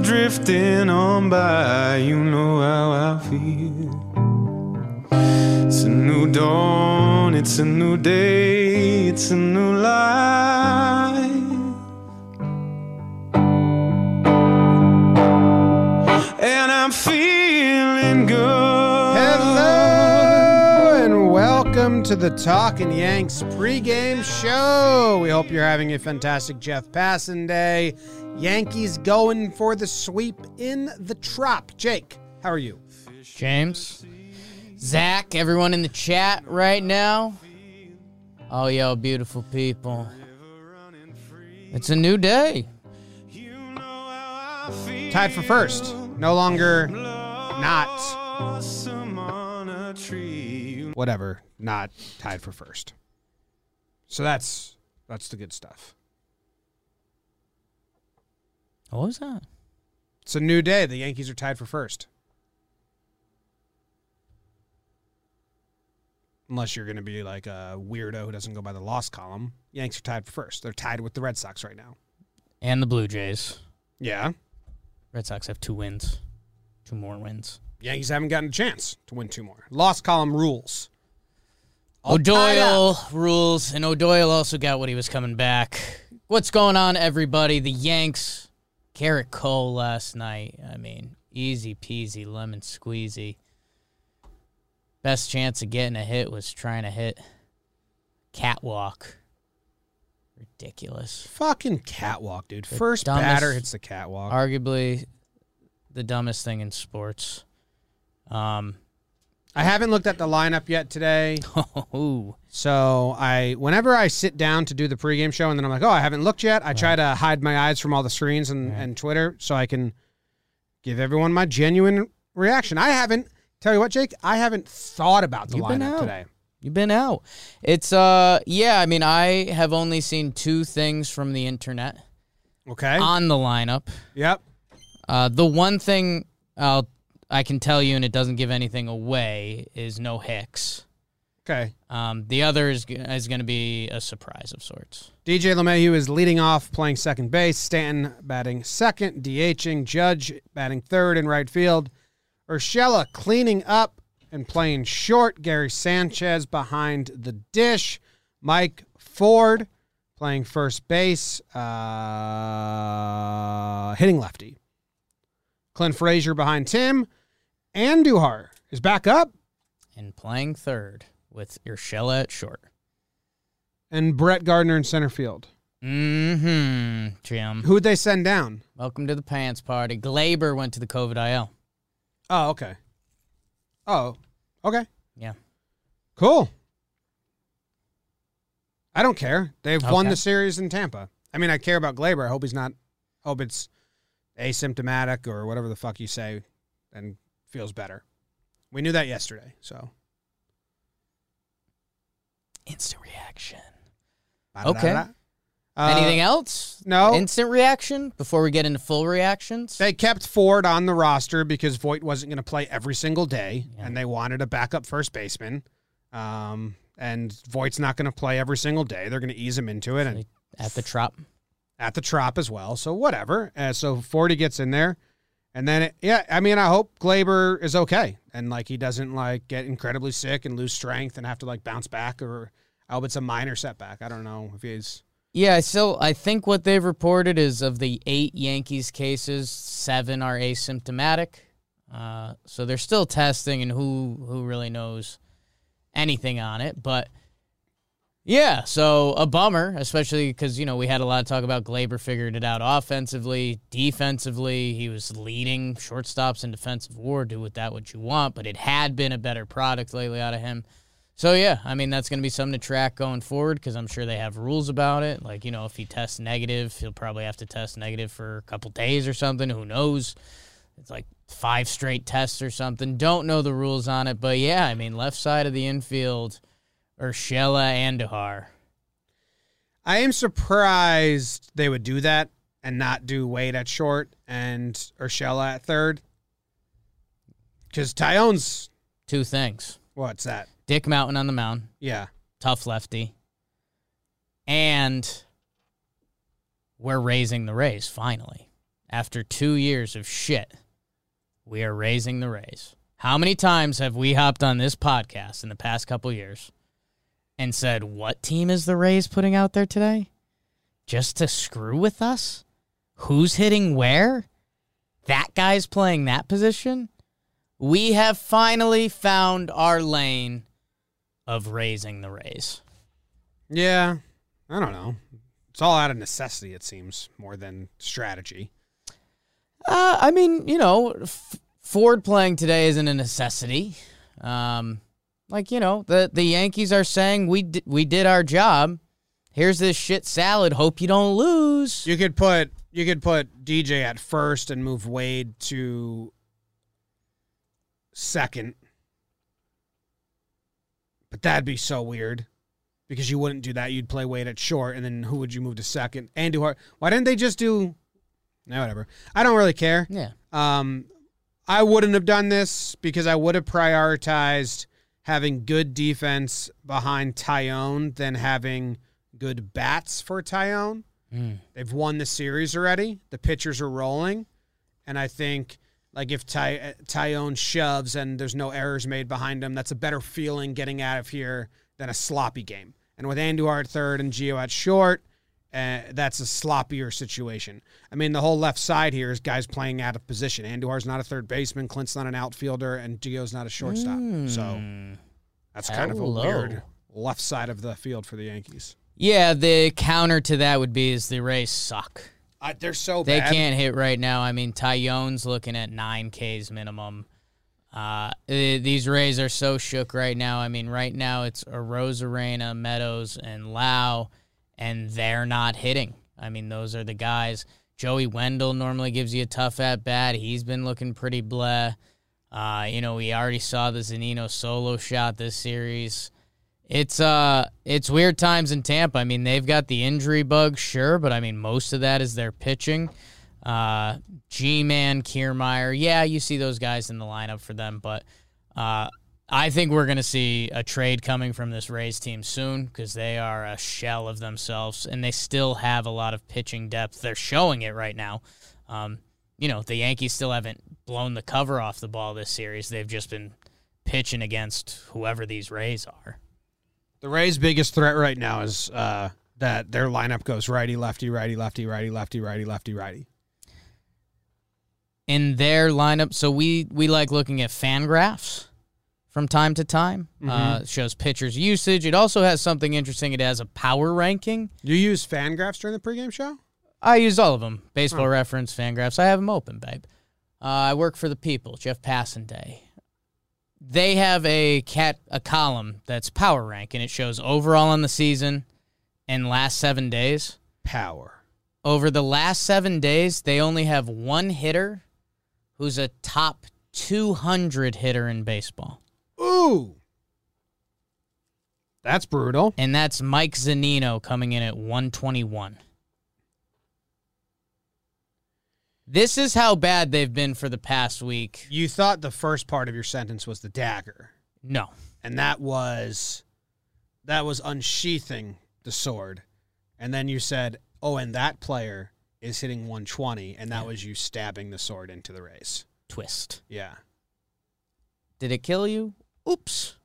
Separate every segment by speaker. Speaker 1: drifting on by. You know how I feel. It's a new dawn, it's a new day, it's a new life. And I'm feeling good.
Speaker 2: Hello and welcome to the Talking Yanks pregame show. We hope you're having a fantastic Jeff Passan day. Yankees going for the sweep in the trop. Jake, how are you?
Speaker 3: James, Zach, everyone in the chat right now. Oh, yo, beautiful people. It's a new day.
Speaker 2: Tied for first. No longer not. Whatever. Not tied for first. So that's that's the good stuff.
Speaker 3: What was that?
Speaker 2: It's a new day. The Yankees are tied for first. Unless you're going to be like a weirdo who doesn't go by the loss column, Yanks are tied for first. They're tied with the Red Sox right now.
Speaker 3: And the Blue Jays.
Speaker 2: Yeah.
Speaker 3: Red Sox have two wins, two more wins.
Speaker 2: Yankees haven't gotten a chance to win two more. Loss column rules.
Speaker 3: All O'Doyle rules, and O'Doyle also got what he was coming back. What's going on, everybody? The Yanks, Garrett Cole last night. I mean, easy peasy, lemon squeezy. Best chance of getting a hit was trying to hit catwalk. Ridiculous.
Speaker 2: Fucking catwalk, dude. The First dumbest, batter hits the catwalk.
Speaker 3: Arguably the dumbest thing in sports. Um,
Speaker 2: I haven't looked at the lineup yet today.
Speaker 3: Oh.
Speaker 2: So I, whenever I sit down to do the pregame show, and then I'm like, oh, I haven't looked yet. I right. try to hide my eyes from all the screens and, right. and Twitter so I can give everyone my genuine reaction. I haven't. Tell you what, Jake, I haven't thought about the You've lineup today.
Speaker 3: You've been out. It's uh, yeah. I mean, I have only seen two things from the internet.
Speaker 2: Okay.
Speaker 3: On the lineup.
Speaker 2: Yep.
Speaker 3: Uh, the one thing I'll I can tell you, and it doesn't give anything away, is no Hicks.
Speaker 2: Okay.
Speaker 3: Um, the other is is going to be a surprise of sorts.
Speaker 2: DJ LeMahieu is leading off, playing second base. Stanton batting second, DHing. Judge batting third in right field. Urshela cleaning up and playing short. Gary Sanchez behind the dish. Mike Ford playing first base, uh, hitting lefty. Clint Frazier behind Tim. And Duhar is back up.
Speaker 3: And playing third with Urshela at short.
Speaker 2: And Brett Gardner in center field.
Speaker 3: Mm-hmm, Jim.
Speaker 2: Who'd they send down?
Speaker 3: Welcome to the pants party. Glaber went to the COVID IL.
Speaker 2: Oh, okay. Oh, okay.
Speaker 3: Yeah.
Speaker 2: Cool. I don't care. They've okay. won the series in Tampa. I mean, I care about Glaber. I hope he's not. Hope it's asymptomatic or whatever the fuck you say and feels better. We knew that yesterday, so.
Speaker 3: Instant reaction. Okay. Uh, Anything else?
Speaker 2: No.
Speaker 3: Instant reaction before we get into full reactions?
Speaker 2: They kept Ford on the roster because Voigt wasn't going to play every single day, yeah. and they wanted a backup first baseman. Um, and Voigt's not going to play every single day. They're going to ease him into it. And
Speaker 3: at the trap
Speaker 2: at the trop as well. So whatever. Uh, so Forty gets in there, and then it, yeah, I mean, I hope Glaber is okay and like he doesn't like get incredibly sick and lose strength and have to like bounce back or I hope it's a minor setback. I don't know if he's.
Speaker 3: Yeah, so I think what they've reported is of the eight Yankees cases, seven are asymptomatic. Uh, so they're still testing, and who who really knows anything on it, but. Yeah, so a bummer, especially because you know we had a lot of talk about Glaber figured it out offensively, defensively. He was leading shortstops in defensive WAR. Do with that what you want, but it had been a better product lately out of him. So yeah, I mean that's going to be something to track going forward because I'm sure they have rules about it. Like you know, if he tests negative, he'll probably have to test negative for a couple days or something. Who knows? It's like five straight tests or something. Don't know the rules on it, but yeah, I mean left side of the infield. Urshela Andahar.
Speaker 2: I am surprised they would do that and not do Wade at short and Urshela at third. Because Tyone's.
Speaker 3: Two things.
Speaker 2: What's that?
Speaker 3: Dick Mountain on the mound.
Speaker 2: Yeah.
Speaker 3: Tough lefty. And we're raising the raise finally After two years of shit, we are raising the raise. How many times have we hopped on this podcast in the past couple years and said, What team is the Rays putting out there today? Just to screw with us? Who's hitting where? That guy's playing that position? We have finally found our lane of raising the Rays.
Speaker 2: Yeah, I don't know. It's all out of necessity, it seems, more than strategy.
Speaker 3: Uh, I mean, you know, F- Ford playing today isn't a necessity. Um, like you know, the the Yankees are saying we di- we did our job. Here's this shit salad. Hope you don't lose.
Speaker 2: You could put you could put DJ at first and move Wade to second, but that'd be so weird because you wouldn't do that. You'd play Wade at short, and then who would you move to second and do hard? Why didn't they just do? No, whatever. I don't really care.
Speaker 3: Yeah,
Speaker 2: Um, I wouldn't have done this because I would have prioritized having good defense behind Tyone than having good bats for Tyone.
Speaker 3: Mm.
Speaker 2: They've won the series already. The pitchers are rolling, and I think like if Ty, uh, Tyone shoves and there's no errors made behind him, that's a better feeling getting out of here than a sloppy game. And with Andujar at third and Gio at short, uh, that's a sloppier situation. I mean, the whole left side here is guys playing out of position. Andujar's not a third baseman, Clint's not an outfielder, and Gio's not a shortstop. So
Speaker 3: Mm.
Speaker 2: that's kind of a
Speaker 3: Hello.
Speaker 2: weird left side of the field for the Yankees.
Speaker 3: yeah. The counter to that would be is the Rays suck.
Speaker 2: I, they're so
Speaker 3: They
Speaker 2: bad.
Speaker 3: can't hit right now. I mean, Tyone's looking at nine Ks minimum. Uh, th- these Rays are so shook right now. I mean, right now it's Arena, Meadows, and Lau, and they're not hitting. I mean, those are the guys. Joey Wendell normally gives you a tough at bat. He's been looking pretty bleh. Uh, you know, we already saw the Zanino solo shot this series. It's uh it's weird times in Tampa. I mean, they've got the injury bug, sure, but I mean most of that is their pitching. Uh G Man, Kiermeyer, yeah, you see those guys in the lineup for them, but uh I think we're gonna see a trade coming from this Rays team soon because they are a shell of themselves and they still have a lot of pitching depth. They're showing it right now. Um, you know, the Yankees still haven't blown the cover off the ball this series. They've just been pitching against whoever these Rays are.
Speaker 2: The Rays' biggest threat right now is uh, that their lineup goes righty, lefty, righty, lefty, righty, lefty, righty, lefty, righty.
Speaker 3: in their lineup. So we we like looking at fan graphs from time to time. Uh, it shows pitchers' usage. It also has something interesting. It has a power ranking.
Speaker 2: You use fan graphs during the pregame show?
Speaker 3: I use all of them. Baseball Reference, fan graphs. I have them open, babe. Uh, I work for the people. Jeff Passanday. They have a cat a column that's power rank, and it shows overall on the season and last seven days.
Speaker 2: Power.
Speaker 3: over the last seven days, they only have one hitter who's a top 200 hitter in baseball,
Speaker 2: Ooh. That's brutal.
Speaker 3: and that's Mike Zanino coming in at 121. This is how bad they've been for the past week.
Speaker 2: You thought the first part of your sentence was the dagger,
Speaker 3: No.
Speaker 2: and that was that was unsheathing the sword. And then you said, "Oh, and that player is hitting 120," and that was you stabbing the sword into the race.
Speaker 3: Twist.
Speaker 2: Yeah.
Speaker 3: Did it kill you? Oops.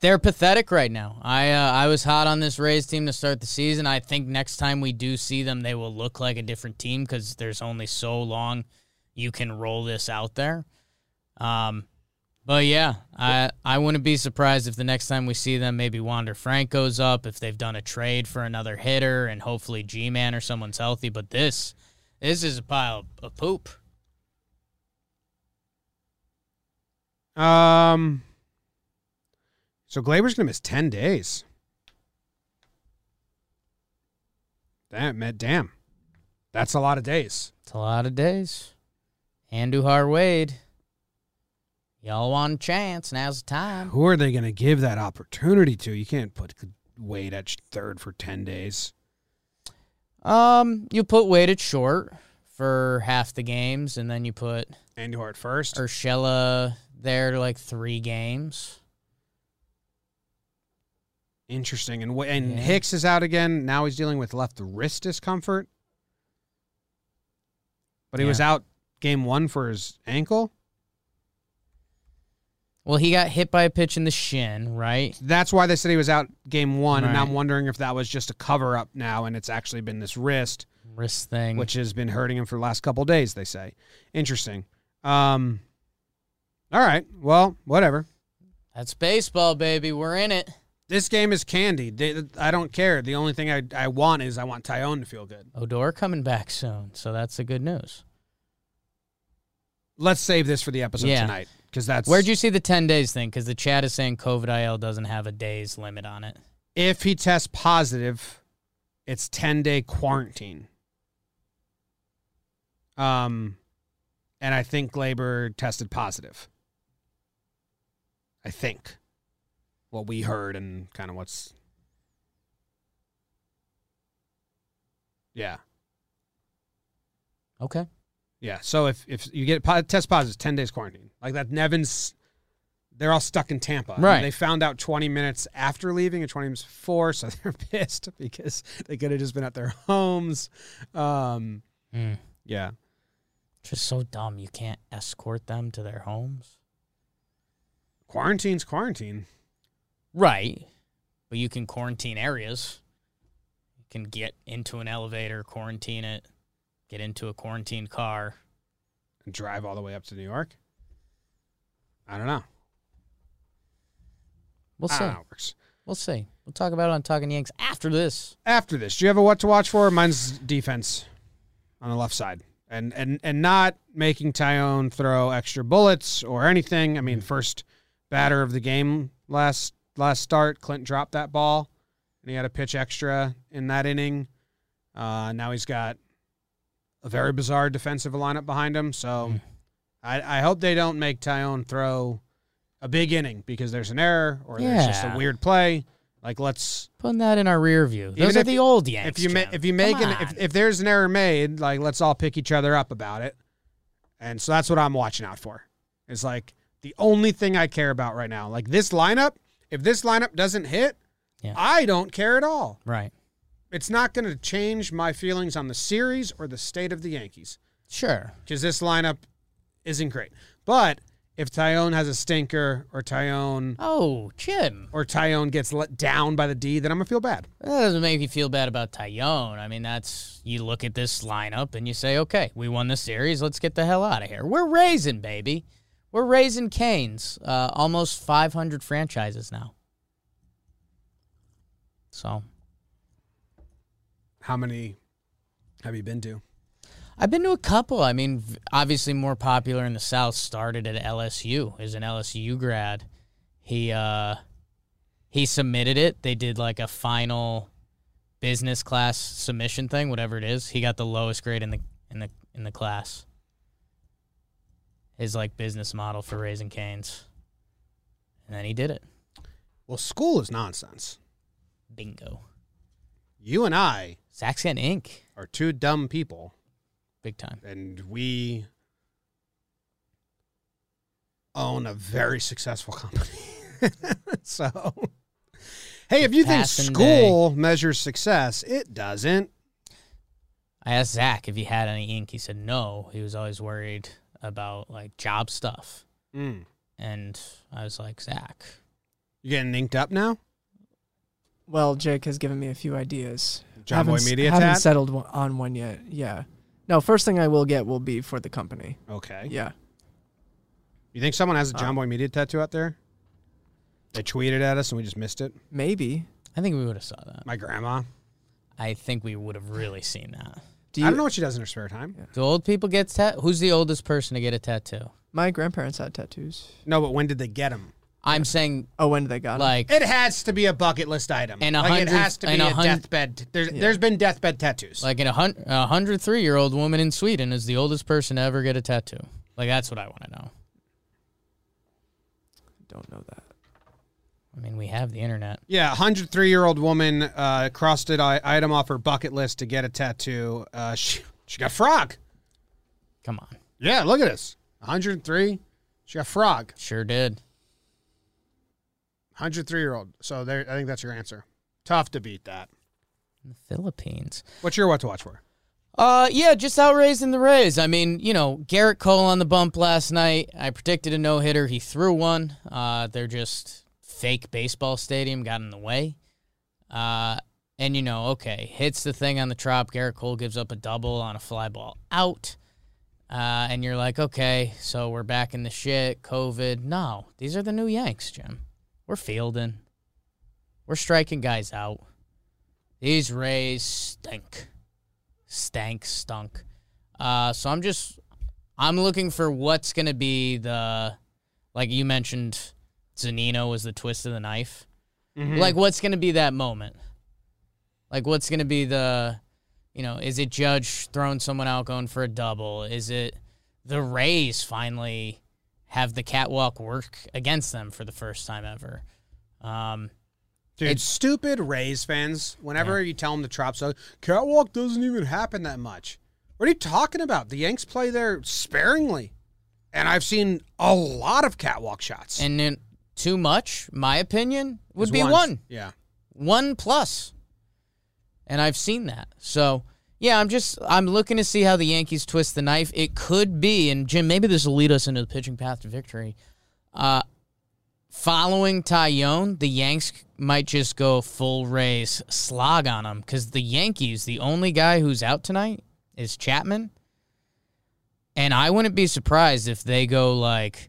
Speaker 3: They're pathetic right now. I uh, I was hot on this Rays team to start the season. I think next time we do see them, they will look like a different team because there's only so long you can roll this out there. Um, but yeah, I I wouldn't be surprised if the next time we see them, maybe Wander Franco's up if they've done a trade for another hitter and hopefully G Man or someone's healthy. But this this is a pile of poop.
Speaker 2: Um. So Glaber's gonna miss ten days. That meant damn. That's a lot of days.
Speaker 3: It's a lot of days. Andujar Wade. Y'all want a chance. Now's the time.
Speaker 2: Who are they gonna give that opportunity to? You can't put Wade at third for ten days.
Speaker 3: Um, you put Wade at short for half the games, and then you put
Speaker 2: Andujar at first.
Speaker 3: Urshela there to like three games.
Speaker 2: Interesting. And Wa- and
Speaker 3: Yeah.
Speaker 2: Hicks is out again. Now he's dealing with left wrist discomfort. but he was out game one for his ankle.
Speaker 3: Well, he got hit by a pitch in the shin, right?
Speaker 2: That's why they said he was out game one, and
Speaker 3: Right.
Speaker 2: I'm wondering if that was just a cover up now, and it's actually been this wrist,
Speaker 3: Wrist thing.
Speaker 2: which has been hurting him for the last couple days. They say interesting. Um, all right, well, whatever.
Speaker 3: that's baseball, baby. We're in it.
Speaker 2: This game is candy. They, I don't care. The only thing I, I want is I want Tyone to feel good.
Speaker 3: Odor coming back soon, so that's the good news.
Speaker 2: Let's save this for the episode
Speaker 3: Yeah.
Speaker 2: tonight because that's
Speaker 3: Where'd you see the ten days thing? Because the chat is saying COVID IL doesn't have a days limit on it.
Speaker 2: if he tests positive, it's 10 day quarantine. Um, and I think Glaber tested positive. I think what we heard and kind of what's. Yeah.
Speaker 3: Okay.
Speaker 2: Yeah. So if, if you get po- test positive, 10 days quarantine. Like that, Nevin's, they're all stuck in Tampa. And
Speaker 3: Right.
Speaker 2: They found out 20 minutes after leaving and 20 minutes before. So they're pissed because they could have just been at their homes. Um,
Speaker 3: Mm.
Speaker 2: yeah.
Speaker 3: Just so dumb. You can't escort them to their homes.
Speaker 2: Quarantine's quarantine.
Speaker 3: Right. But you can quarantine areas. You can get into an elevator, quarantine it, get into a quarantine car.
Speaker 2: And drive all the way up to New York. I don't know.
Speaker 3: We'll
Speaker 2: I
Speaker 3: see.
Speaker 2: don't know how it works.
Speaker 3: We'll see. We'll talk about it on Talking Yanks after this.
Speaker 2: After this, do you have a what to watch for? Mine's defense on the left side. And, and and not making Tyone throw extra bullets or anything. I mean,
Speaker 3: Mm-hmm.
Speaker 2: first batter of the game last last start, Clint dropped that ball, and he had a pitch extra in that inning. Uh, now he's got a very bizarre defensive lineup behind him. So
Speaker 3: Mm.
Speaker 2: I, I hope they don't make Tyone throw a big inning because there's an error or there's just a
Speaker 3: Yeah.
Speaker 2: weird play. Like let's
Speaker 3: Putting that in our rear view. Those
Speaker 2: Even
Speaker 3: are
Speaker 2: if-
Speaker 3: the old Yanks.
Speaker 2: if you ma-
Speaker 3: Jim.
Speaker 2: if you make
Speaker 3: Come
Speaker 2: an
Speaker 3: on.
Speaker 2: if, if there's an error made, like let's all pick each other up about it. And so that's what I'm watching out for. It's like the only thing I care about right now. Like this lineup, if this lineup doesn't hit,
Speaker 3: Yeah.
Speaker 2: I don't care at all.
Speaker 3: right.
Speaker 2: It's not going to change my feelings on the series or the state of the Yankees
Speaker 3: Sure.
Speaker 2: because this lineup isn't great. But if Tyone has a stinker or Tyone
Speaker 3: Oh, Jim.
Speaker 2: or Tyone gets let down by the D, then I'm gonna feel bad.
Speaker 3: That doesn't make you feel bad about Tyone. I mean, that's you look at this lineup and you say, okay, we won the series. Let's get the hell out of here. We're raising, baby. We're raising Canes. Uh, almost 500 franchises now. So
Speaker 2: How many have you been to?
Speaker 3: I've been to a couple. I mean, v- obviously more popular in the South. Started at LSU is an LSU grad. He uh, he submitted it. They did like a final business class submission thing, whatever it is. He got the lowest grade in the in the in the class. His like business model for raising canes, and then he did it.
Speaker 2: Well, school is nonsense.
Speaker 3: Bingo.
Speaker 2: You and I
Speaker 3: Saxon Inc.
Speaker 2: are two dumb people,
Speaker 3: Big time.
Speaker 2: and we own a very successful company. so, hey, if you think
Speaker 3: Passing
Speaker 2: school measures success, it doesn't.
Speaker 3: I asked Zach if he had any ink. He said no. He was always worried about like job stuff.
Speaker 2: Mm.
Speaker 3: And I was like, Zach.
Speaker 2: You getting inked up now?
Speaker 4: Well, Jake has given me a few ideas.
Speaker 2: John Boy
Speaker 4: Haven't s-
Speaker 2: Media
Speaker 4: haven't
Speaker 2: Tat?
Speaker 4: settled one- on one yet. Yeah. No, first thing I will get will be for the company.
Speaker 2: okay.
Speaker 4: Yeah.
Speaker 2: You think someone has a
Speaker 4: Uh,
Speaker 2: John Boy Media tattoo out there? They tweeted at us and we just missed it.
Speaker 4: Maybe.
Speaker 3: I think we would have saw that.
Speaker 2: My grandma.
Speaker 3: I think we would have really seen that.
Speaker 4: Do you,
Speaker 2: I don't know what she does in her spare time.
Speaker 4: Yeah.
Speaker 3: Do old people get tat? Who's the oldest person to get a tattoo?
Speaker 4: My grandparents had tattoos.
Speaker 2: No, but when did they get them?
Speaker 3: I'm saying
Speaker 4: Oh, when they got 'em?
Speaker 3: like
Speaker 2: It has to be a bucket list item.
Speaker 3: And a
Speaker 2: like it
Speaker 3: hundred-
Speaker 2: has to be
Speaker 3: and a
Speaker 2: a,
Speaker 3: hun-
Speaker 2: deathbed. There's
Speaker 4: Yeah.
Speaker 2: there's been deathbed tattoos.
Speaker 3: like in a hundred a hundred three year old woman in Sweden is the oldest person to ever get a tattoo. Like that's what I want to know.
Speaker 4: Don't know that.
Speaker 3: I mean, we have the internet.
Speaker 2: yeah, 103 year old woman uh, crossed it i- item off her bucket list to get a tattoo. Uh, she she got frog.
Speaker 3: Come on,
Speaker 2: Yeah, look at this. 103. She got frog.
Speaker 3: sure did.
Speaker 2: 103 year old. So there, I think that's your answer. Tough to beat that.
Speaker 3: In the Philippines.
Speaker 2: What's your what to watch for?
Speaker 3: Uh, yeah, just out raising the Rays. I mean, you know, Garrett Cole on the bump last night. I predicted a no hitter. He threw one. Uh, they're just fake baseball stadium got in the way. Uh, and you know, okay, hits the thing on the trop. Garrett Cole gives up a double on a fly ball out. Uh, and you're like, okay, so we're back in the shit. COVID. No, these are the new Yanks, Jim. We're fielding. We're striking guys out. These Rays stink stank stunk. Uh, so I'm just I'm looking for what's gonna be the like you mentioned Zanino was the twist of the knife. Like what's gonna be that moment? Like what's gonna be the you know, is it Judge throwing someone out going for a double? Is it the Rays finally have the catwalk work against them for the first time ever? Um,
Speaker 2: Dude,
Speaker 3: It's-
Speaker 2: stupid Rays fans. Whenever you tell them the trop, so catwalk doesn't even happen that much. What are you talking about? The Yanks play there sparingly, and I've seen a lot of catwalk shots.
Speaker 3: and then too much, my opinion, would
Speaker 2: It's
Speaker 3: be
Speaker 2: once-
Speaker 3: one.
Speaker 2: Yeah,
Speaker 3: one plus. And I've seen that. So yeah, I'm just I'm looking to see how the Yankees twist the knife. It could be, and Jim, maybe this will lead us into the pitching path to victory. Uh following Tyone, the Yanks might just go full raise slog on him because the Yankees, the only guy who's out tonight is Chapman. And I wouldn't be surprised if they go like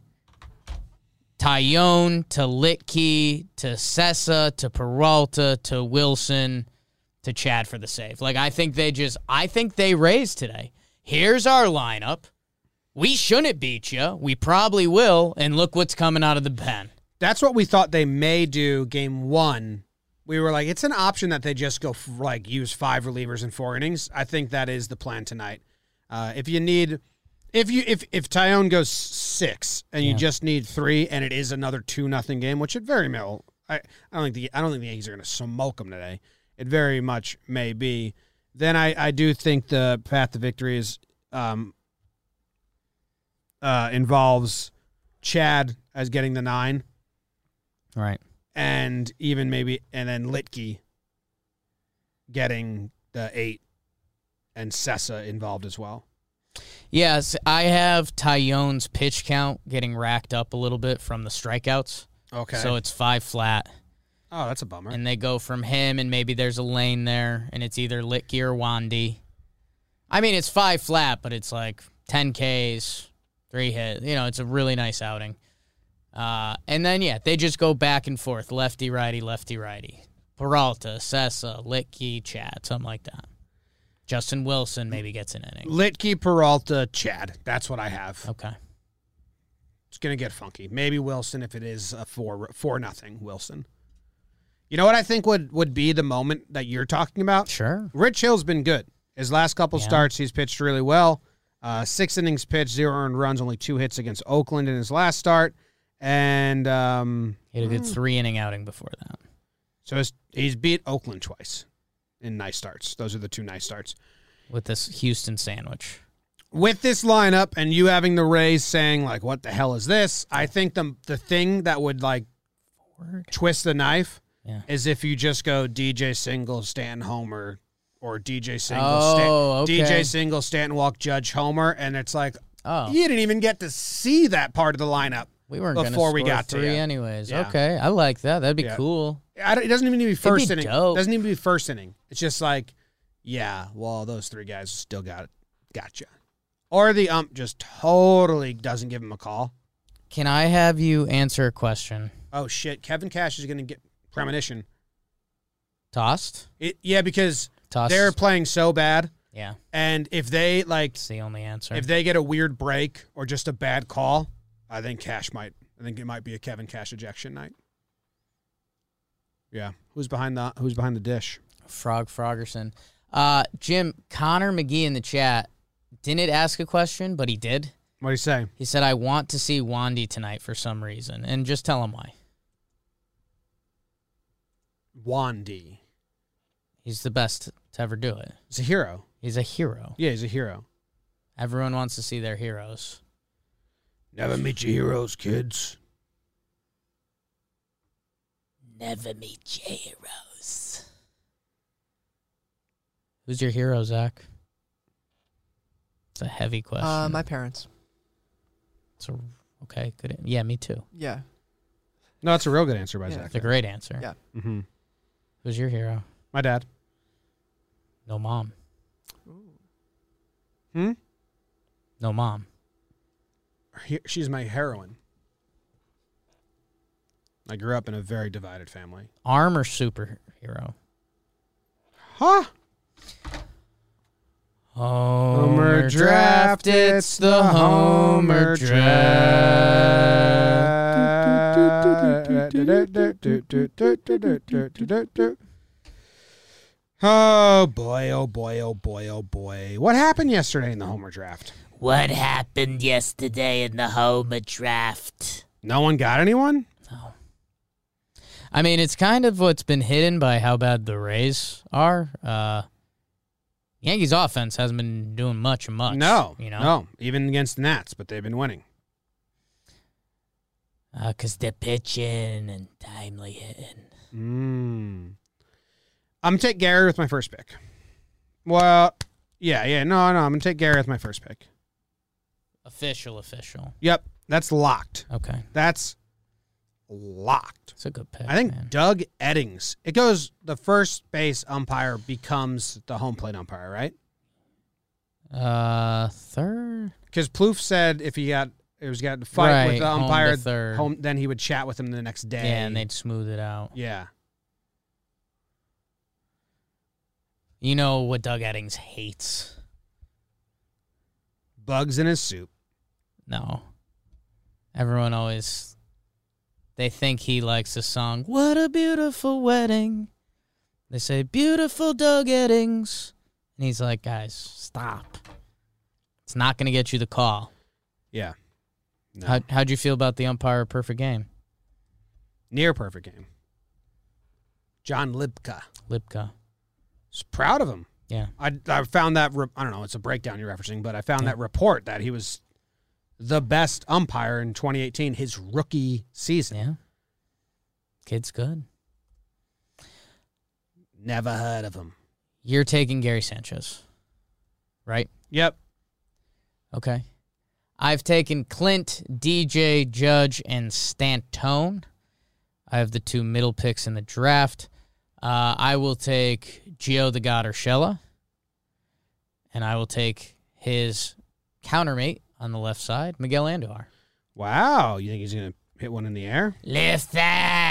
Speaker 3: Tyone to Litke to Sessa to Peralta to Wilson to Chad for the save. Like I think they just I think they raised today. Here's our lineup. We shouldn't beat you. We probably will. And look what's coming out of the pen.
Speaker 2: that's what we thought they may do. Game one, we were like, it's an option that they just go f- like use five relievers in four innings. I think that is the plan tonight. Uh, if you need, if you if if Tyone goes six and you just need three, and it is another two nothing game, which it very well, I, I don't think the I don't think the Yankees are going to smoke them today. It very much may be. Then I I do think the path to victory is um uh involves Chad as getting the nine
Speaker 3: Right.
Speaker 2: and even maybe and then Litke getting the eight and Sessa involved as well.
Speaker 3: Yes, I have Tyone's pitch count getting racked up a little bit from the strikeouts.
Speaker 2: Okay.
Speaker 3: So it's five flat.
Speaker 2: oh, that's a bummer.
Speaker 3: and they go from him, and maybe there's a lane there, and it's either Litke or Wandy. I mean, it's five flat, but it's like ten Ks, three hit. You know, it's a really nice outing. Uh, and then yeah, they just go back and forth, lefty righty, lefty righty. Peralta, Sessa, Litke, Chad, something like that. Justin Wilson maybe gets an inning.
Speaker 2: Litke, Peralta, Chad. That's what I have.
Speaker 3: Okay.
Speaker 2: It's gonna get funky. Maybe Wilson if it is a four four nothing Wilson. You know what I think would would be the moment that you're talking about?
Speaker 3: Sure.
Speaker 2: Rich Hill's been good. His last couple
Speaker 3: Yeah.
Speaker 2: starts, he's pitched really well. Uh, six innings pitched, zero earned runs, only two hits against Oakland in his last start, and um,
Speaker 3: He had a good three inning outing before that.
Speaker 2: so it's, he's beat Oakland twice in nice starts. Those are the two nice starts.
Speaker 3: With this Houston sandwich.
Speaker 2: With this lineup and you having the Rays saying like, "What the hell is this?" I think the the thing that would like
Speaker 3: Word.
Speaker 2: twist the knife
Speaker 3: Yeah.
Speaker 2: is if you just go DJ single Stanton Homer or DJ single
Speaker 3: Oh,
Speaker 2: Stan-
Speaker 3: okay.
Speaker 2: DJ single Stanton walk Judge Homer, and it's like
Speaker 3: Oh.
Speaker 2: you didn't even get to see that part of the lineup.
Speaker 3: We weren't going to
Speaker 2: before
Speaker 3: score
Speaker 2: we got to
Speaker 3: three
Speaker 2: you.
Speaker 3: anyways.
Speaker 2: Yeah.
Speaker 3: Okay, I like that. That'd be
Speaker 2: Yeah.
Speaker 3: cool.
Speaker 2: I don't, it doesn't even need to be first
Speaker 3: be
Speaker 2: inning.
Speaker 3: dope.
Speaker 2: Doesn't even be first inning. It's just like, yeah, well, those three guys still got it. Gotcha. Or the ump just totally doesn't give him a call.
Speaker 3: Can I have you answer a question?
Speaker 2: Oh shit, Kevin Cash is gonna get premonition.
Speaker 3: Tossed?
Speaker 2: It, yeah, because
Speaker 3: Tossed.
Speaker 2: they're playing so bad,
Speaker 3: yeah,
Speaker 2: and if they like,
Speaker 3: it's the only answer.
Speaker 2: if they get a weird break or just a bad call, I think Cash might. I think it might be a Kevin Cash ejection night. Yeah, who's behind the who's behind the dish?
Speaker 3: Frog Frogerson. Uh, Jim, Connor McGee in the chat didn't ask a question, but he did.
Speaker 2: What do you say?
Speaker 3: He said, I want to see Wandy tonight for some reason. And just tell him why.
Speaker 2: Wandy.
Speaker 3: He's the best to ever do it.
Speaker 2: He's a hero.
Speaker 3: He's a hero.
Speaker 2: Yeah, he's a hero.
Speaker 3: Everyone wants to see their heroes.
Speaker 2: Never meet your heroes, kids.
Speaker 3: Never meet your heroes. Who's your hero, Zach? It's a heavy question.
Speaker 4: Uh, my parents.
Speaker 3: It's a- okay, good. Yeah, me too.
Speaker 4: Yeah.
Speaker 2: No, that's a real good answer by
Speaker 4: Yeah.
Speaker 2: Zach.
Speaker 3: It's a great answer.
Speaker 4: Yeah.
Speaker 2: Mm-hmm.
Speaker 3: Who's your hero?
Speaker 2: My dad.
Speaker 3: No mom.
Speaker 2: Hmm?
Speaker 3: No mom.
Speaker 2: He- she's my heroine. I grew up in a very divided family.
Speaker 3: Arm or superhero?
Speaker 2: Huh?
Speaker 3: Homer draft. It's the Homer draft.
Speaker 2: Oh boy, oh boy, oh boy, oh boy. What happened yesterday in the Homer draft?
Speaker 3: What happened yesterday in the Homer draft?
Speaker 2: No one got anyone?
Speaker 3: Oh. I mean, it's kind of what's been hidden by how bad the Rays are. Uh, Yankees offense hasn't been doing much, much.
Speaker 2: no.
Speaker 3: you know,
Speaker 2: No. Even against the Nats, but they've been winning.
Speaker 3: because Uh, they're pitching and timely hitting.
Speaker 2: Mm. I'm gonna take Gary with my first pick. Well, yeah, yeah, no, no, I'm gonna take Gary with my first pick.
Speaker 3: Official, official.
Speaker 2: Yep, that's locked.
Speaker 3: Okay,
Speaker 2: That's locked.
Speaker 3: it's a good pick.
Speaker 2: I think
Speaker 3: man.
Speaker 2: Doug Eddings. It goes the first base umpire becomes the home plate umpire, right?
Speaker 3: Uh, third.
Speaker 2: Because Plouffe said if he got it was got to fight with
Speaker 3: Right,
Speaker 2: the
Speaker 3: home to
Speaker 2: umpire
Speaker 3: third.
Speaker 2: home, then he would chat with him the next day.
Speaker 3: Yeah, and they'd smooth it out.
Speaker 2: yeah.
Speaker 3: You know what Doug Eddings hates?
Speaker 2: bugs in his soup.
Speaker 3: No. Everyone always they think he likes the song What a Beautiful Wedding. They say beautiful Doug Eddings. And he's like, guys, stop. It's not gonna get you the call.
Speaker 2: Yeah, No.
Speaker 3: How how'd you feel about the umpire perfect game?
Speaker 2: near perfect game. John Libka.
Speaker 3: Lipka.
Speaker 2: was proud of him.
Speaker 3: Yeah.
Speaker 2: I, I found that re- I don't know. It's a breakdown you're referencing, but I found
Speaker 3: Yeah.
Speaker 2: that report that he was the best umpire in 2018, his rookie season.
Speaker 3: Yeah. Kid's good.
Speaker 2: Never heard of him.
Speaker 3: You're taking Gary Sanchez. Right?
Speaker 2: Yep.
Speaker 3: Okay. I've taken Clint, DJ, Judge, and Stantone. I have the two middle picks in the draft. Uh, I will take Gio the God Urshela, and I will take his countermate on the left side, Miguel Andujar.
Speaker 2: Wow. You think he's gonna hit one in the air?
Speaker 3: Left side.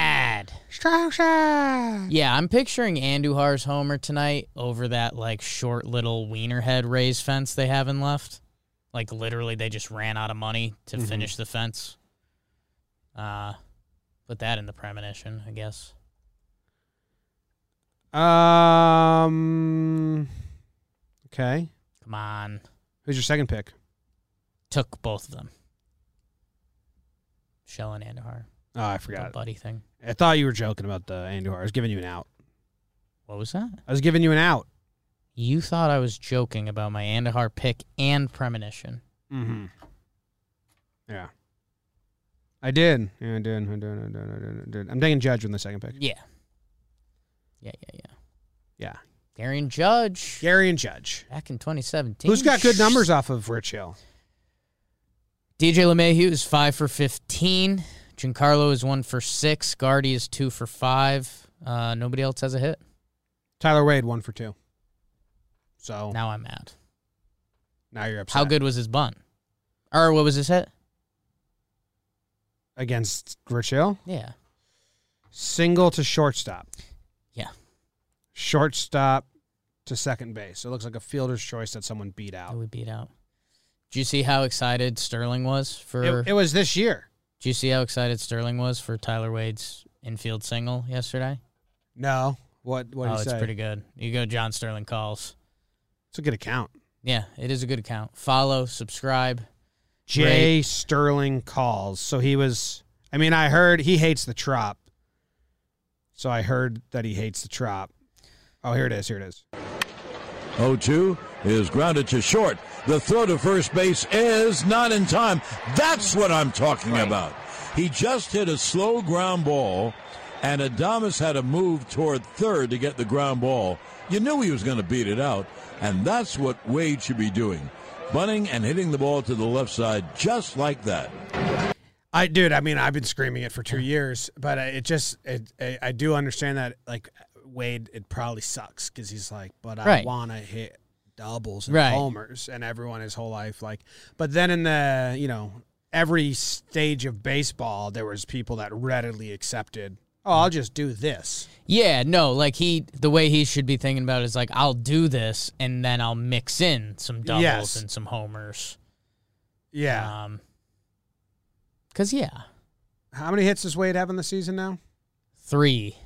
Speaker 2: Strong shot.
Speaker 3: Yeah, I'm picturing Andujar's homer tonight over that like short little wiener head raised fence they haven't left. Like literally, they just ran out of money to
Speaker 2: Mhm.
Speaker 3: finish the fence. Uh, put that in the premonition, I guess.
Speaker 2: Um. Okay.
Speaker 3: Come on,
Speaker 2: Who's your second pick?
Speaker 3: took both of them. Shell and Andujar,
Speaker 2: Oh, I
Speaker 3: the
Speaker 2: forgot.
Speaker 3: buddy thing.
Speaker 2: I thought you were joking about the Andujar. I was giving you an out.
Speaker 3: What was that?
Speaker 2: I was giving you an out.
Speaker 3: You thought I was joking about my Andujar pick and premonition.
Speaker 2: Mm-hmm. Yeah. I did. Yeah, I did. I did. I did. I did. I did. I'm taking Judge with the second pick.
Speaker 3: Yeah. Yeah, yeah, yeah.
Speaker 2: Yeah.
Speaker 3: Gary and Judge.
Speaker 2: Gary and Judge.
Speaker 3: Back in 2017.
Speaker 2: Who's got good numbers off of Rich Hill?
Speaker 3: DJ LeMahieu is five for 15. Giancarlo is one for six. Guardy is two for five. Uh, nobody else has a hit.
Speaker 2: Tyler Wade, one for two. So now,
Speaker 3: Now I'm mad.
Speaker 2: you're upset.
Speaker 3: How good was his bunt? Or what was his hit?
Speaker 2: Against Rich Hill?
Speaker 3: Yeah.
Speaker 2: Single to shortstop.
Speaker 3: Yeah.
Speaker 2: Shortstop to second base. So it looks like a fielder's choice that someone beat
Speaker 3: That
Speaker 2: out.
Speaker 3: we beat out. Do you see how excited Sterling was for?
Speaker 2: It, it was this year.
Speaker 3: do you see how excited Sterling was for Tyler Wade's infield single yesterday?
Speaker 2: No. What what
Speaker 3: oh,
Speaker 2: do you
Speaker 3: it's
Speaker 2: say?
Speaker 3: pretty good. You go, John Sterling calls.
Speaker 2: it's a good account.
Speaker 3: Yeah, it is a good account. Follow, subscribe.
Speaker 2: Jay Sterling calls. So he was. I mean, I heard he hates the trop. So I heard that he hates the trop. Oh, here it is. Here it is.
Speaker 5: 0 2 is grounded to short. The throw to first base is not in time. That's what I'm talking about. He just hit a slow ground ball and Adamas had to move toward third to get the ground ball. You knew he was going to beat it out, and that's what Wade should be doing. Bunting and hitting the ball to the left side just like that.
Speaker 2: I, dude, I mean, I've been screaming it for two years, but I- it just, it, I, I do understand that, like, Wade, it probably sucks because he's like, but I
Speaker 3: Right.
Speaker 2: want to hit doubles and
Speaker 3: Right.
Speaker 2: homers, and everyone his whole life, like, but then in the, you know, every stage of baseball, there was people that readily accepted, oh, I'll just do this.
Speaker 3: Yeah, no, like he, the way he should be thinking about it is like, I'll do this and then I'll mix in some doubles
Speaker 2: Yes.
Speaker 3: and some homers.
Speaker 2: Yeah.
Speaker 3: Um, cause yeah,
Speaker 2: How many hits does Wade have in the season now?
Speaker 3: three.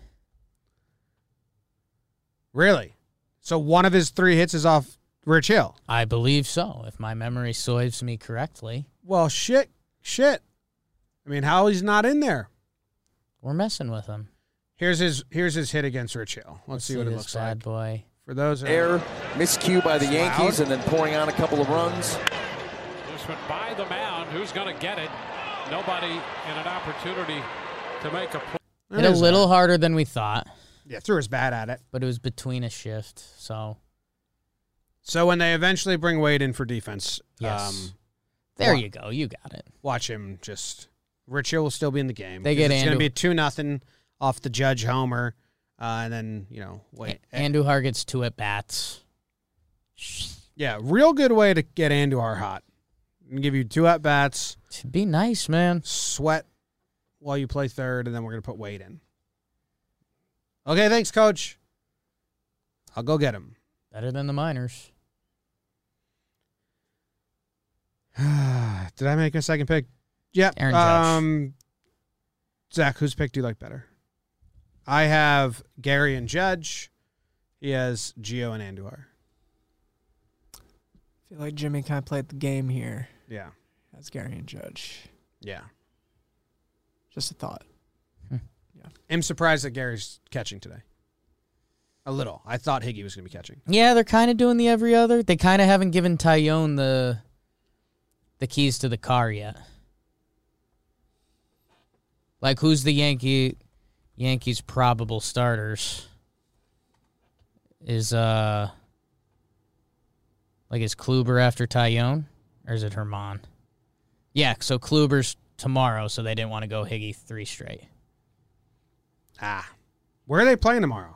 Speaker 2: Really? So one of his three hits is off Rich Hill.
Speaker 3: I believe so, if my memory serves me correctly.
Speaker 2: Well, shit, shit. I mean, how he's not in there?
Speaker 3: We're messing with him.
Speaker 2: Here's his here's his hit against Rich Hill. Let's, see, what it
Speaker 3: this
Speaker 2: looks
Speaker 3: bad
Speaker 2: like.
Speaker 3: boy.
Speaker 2: For those that-
Speaker 6: Air miscue by the
Speaker 2: It's
Speaker 6: Yankees
Speaker 2: loud.
Speaker 6: and then pouring on a couple of runs.
Speaker 7: This one by the mound. Who's going to get it? Nobody in an opportunity to make a play.
Speaker 2: That
Speaker 3: Hit a
Speaker 2: is
Speaker 3: little harder than we thought,
Speaker 2: yeah, threw his bat at it.
Speaker 3: but it was between a shift. So
Speaker 2: So when they eventually bring Wade in for defense,
Speaker 3: Yes.
Speaker 2: um,
Speaker 3: there
Speaker 2: Wow.
Speaker 3: you go. You got it.
Speaker 2: watch him just Rich Hill will still be in the game.
Speaker 3: They
Speaker 2: 'cause
Speaker 3: get
Speaker 2: it's going to
Speaker 3: Andrew-
Speaker 2: be two nothing off the Judge Homer, uh, and then you know wait,
Speaker 3: A- Andujar gets two at bats.
Speaker 2: yeah, real good way to get Andujar hot and give you two at bats.
Speaker 3: Should be nice, man.
Speaker 2: sweat while you play third, and then we're gonna put Wade in. Okay, thanks, coach. I'll go get him.
Speaker 3: Better than the minors.
Speaker 2: Did I make a second pick? Yep.
Speaker 3: Aaron Judge.
Speaker 2: um, Zach, whose pick do you like better? I have Gary and Judge. He has Gio and Andujar.
Speaker 4: I feel like Jimmy kind of played the game here
Speaker 2: Yeah,
Speaker 4: as Gary and Judge.
Speaker 2: yeah.
Speaker 4: Just a thought.
Speaker 2: I'm surprised that Gary's catching today. A little. I thought Higgy was gonna be catching.
Speaker 3: Yeah, they're kind of doing the every other. They kind of haven't given Tyone the the keys to the car yet. Like who's the Yankee Yankees probable starters? Is uh like is Kluber after Tyone or is it Herman? Yeah, so Kluber's tomorrow, so they didn't want to go Higgy three straight.
Speaker 2: Ah, where are they playing tomorrow?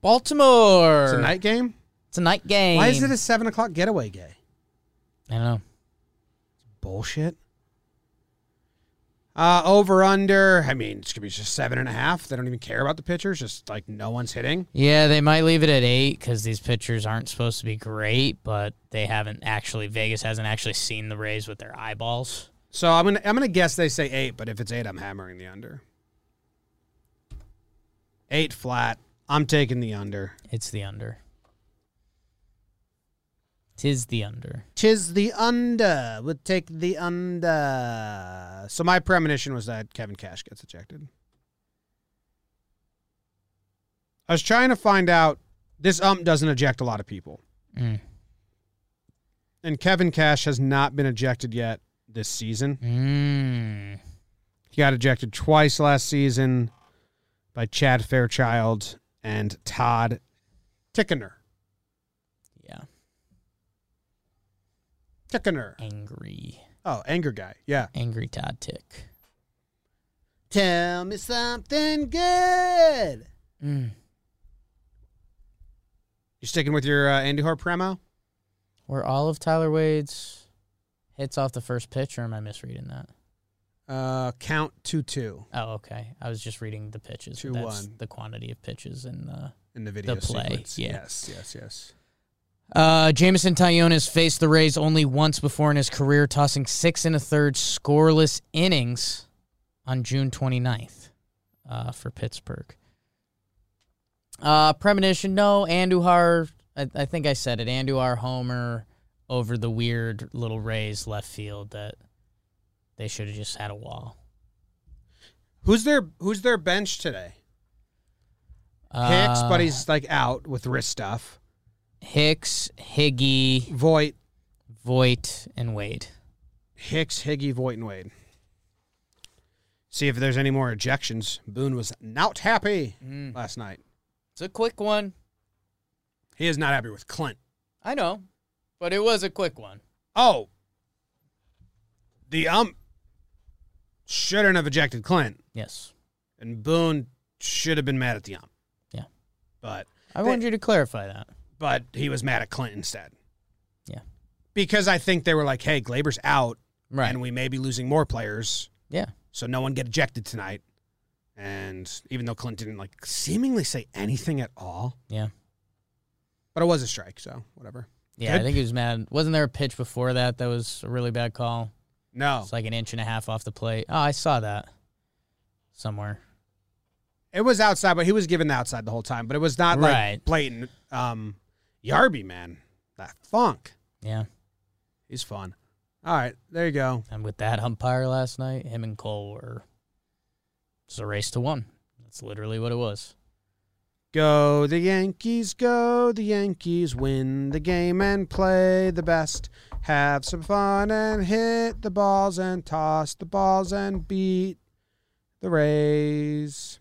Speaker 3: Baltimore.
Speaker 2: It's a night game.
Speaker 3: It's a night game.
Speaker 2: Why is it a seven o'clock getaway game?
Speaker 3: I don't know.
Speaker 2: bullshit. Uh, over under. I mean, it's gonna be just seven and a half. They don't even care about the pitchers. Just like no one's hitting.
Speaker 3: Yeah, they might leave it at eight because these pitchers aren't supposed to be great, but they haven't actually. Vegas hasn't actually seen the Rays with their eyeballs.
Speaker 2: So I'm gonna I'm gonna guess they say eight, but if it's eight, I'm hammering the under. Eight flat. I'm taking the under.
Speaker 3: It's the under. Tis the under.
Speaker 2: Tis the under. We'll take the under. So my premonition was that Kevin Cash gets ejected. I was trying to find out this ump doesn't eject a lot of people.
Speaker 3: Mm.
Speaker 2: And Kevin Cash has not been ejected yet this season.
Speaker 3: Mm.
Speaker 2: He got ejected twice last season by Chad Fairchild and Todd Tickener.
Speaker 3: Yeah.
Speaker 2: Tickener.
Speaker 3: Angry.
Speaker 2: Oh, anger guy. Yeah.
Speaker 3: Angry Todd Tick.
Speaker 2: Tell me something good.
Speaker 3: Mm.
Speaker 2: You sticking with your uh, Andy Hart premo?
Speaker 3: Were all of Tyler Wade's hits off the first pitch, or am I misreading that?
Speaker 2: Uh, count two two
Speaker 3: Oh, okay. I was just reading the pitches.
Speaker 2: Two,
Speaker 3: but That's
Speaker 2: one.
Speaker 3: the quantity of pitches and the.
Speaker 2: in the video
Speaker 3: The play,
Speaker 2: sequence.
Speaker 3: yeah.
Speaker 2: Yes, yes, yes.
Speaker 3: Uh, Jameson Tyone has faced the Rays only once before in his career, tossing six and a third scoreless innings on June 29th uh, for Pittsburgh. Uh, premonition, no. Andujar, I, I think I said it. Andujar homer over the weird little Rays left field that they should have just had a wall.
Speaker 2: Who's their Who's their bench today? Hicks,
Speaker 3: Uh,
Speaker 2: but he's like out with wrist stuff.
Speaker 3: Hicks, Higgy,
Speaker 2: Voit,
Speaker 3: Voigt, and Wade.
Speaker 2: Hicks, Higgy, Voit, and Wade. See if there's any more ejections. Boone was not happy last night.
Speaker 3: It's a quick one.
Speaker 2: He is not happy with Clint.
Speaker 3: I know, but it was a quick one.
Speaker 2: Oh, the ump shouldn't have ejected Clint,
Speaker 3: Yes.
Speaker 2: and Boone should have been mad at the ump.
Speaker 3: Yeah.
Speaker 2: but
Speaker 3: I wanted you to clarify that.
Speaker 2: but he was mad at Clint instead.
Speaker 3: Yeah.
Speaker 2: because I think they were like, "Hey, Glaber's out,
Speaker 3: Right.
Speaker 2: and we may be losing more players,
Speaker 3: yeah.
Speaker 2: so no one get ejected tonight." And even though Clint didn't like seemingly say anything at all,
Speaker 3: Yeah.
Speaker 2: but it was a strike, so whatever.
Speaker 3: Yeah, I
Speaker 2: Good.
Speaker 3: think he was mad. Wasn't there a pitch before that that was a really bad call?
Speaker 2: No,
Speaker 3: It's like an inch and a half off the plate. Oh, I saw that somewhere.
Speaker 2: It was outside, but he was given the outside the whole time. But it was not like
Speaker 3: Right.
Speaker 2: blatant. Um, Yarby, man, that funk.
Speaker 3: Yeah.
Speaker 2: He's fun. All right, there you go.
Speaker 3: And with that umpire last night, him and Cole were it's a race to one. That's literally what it was.
Speaker 2: Go the Yankees, go the Yankees, win the game and play the best. Have some fun and hit the balls and toss the balls and beat the Rays.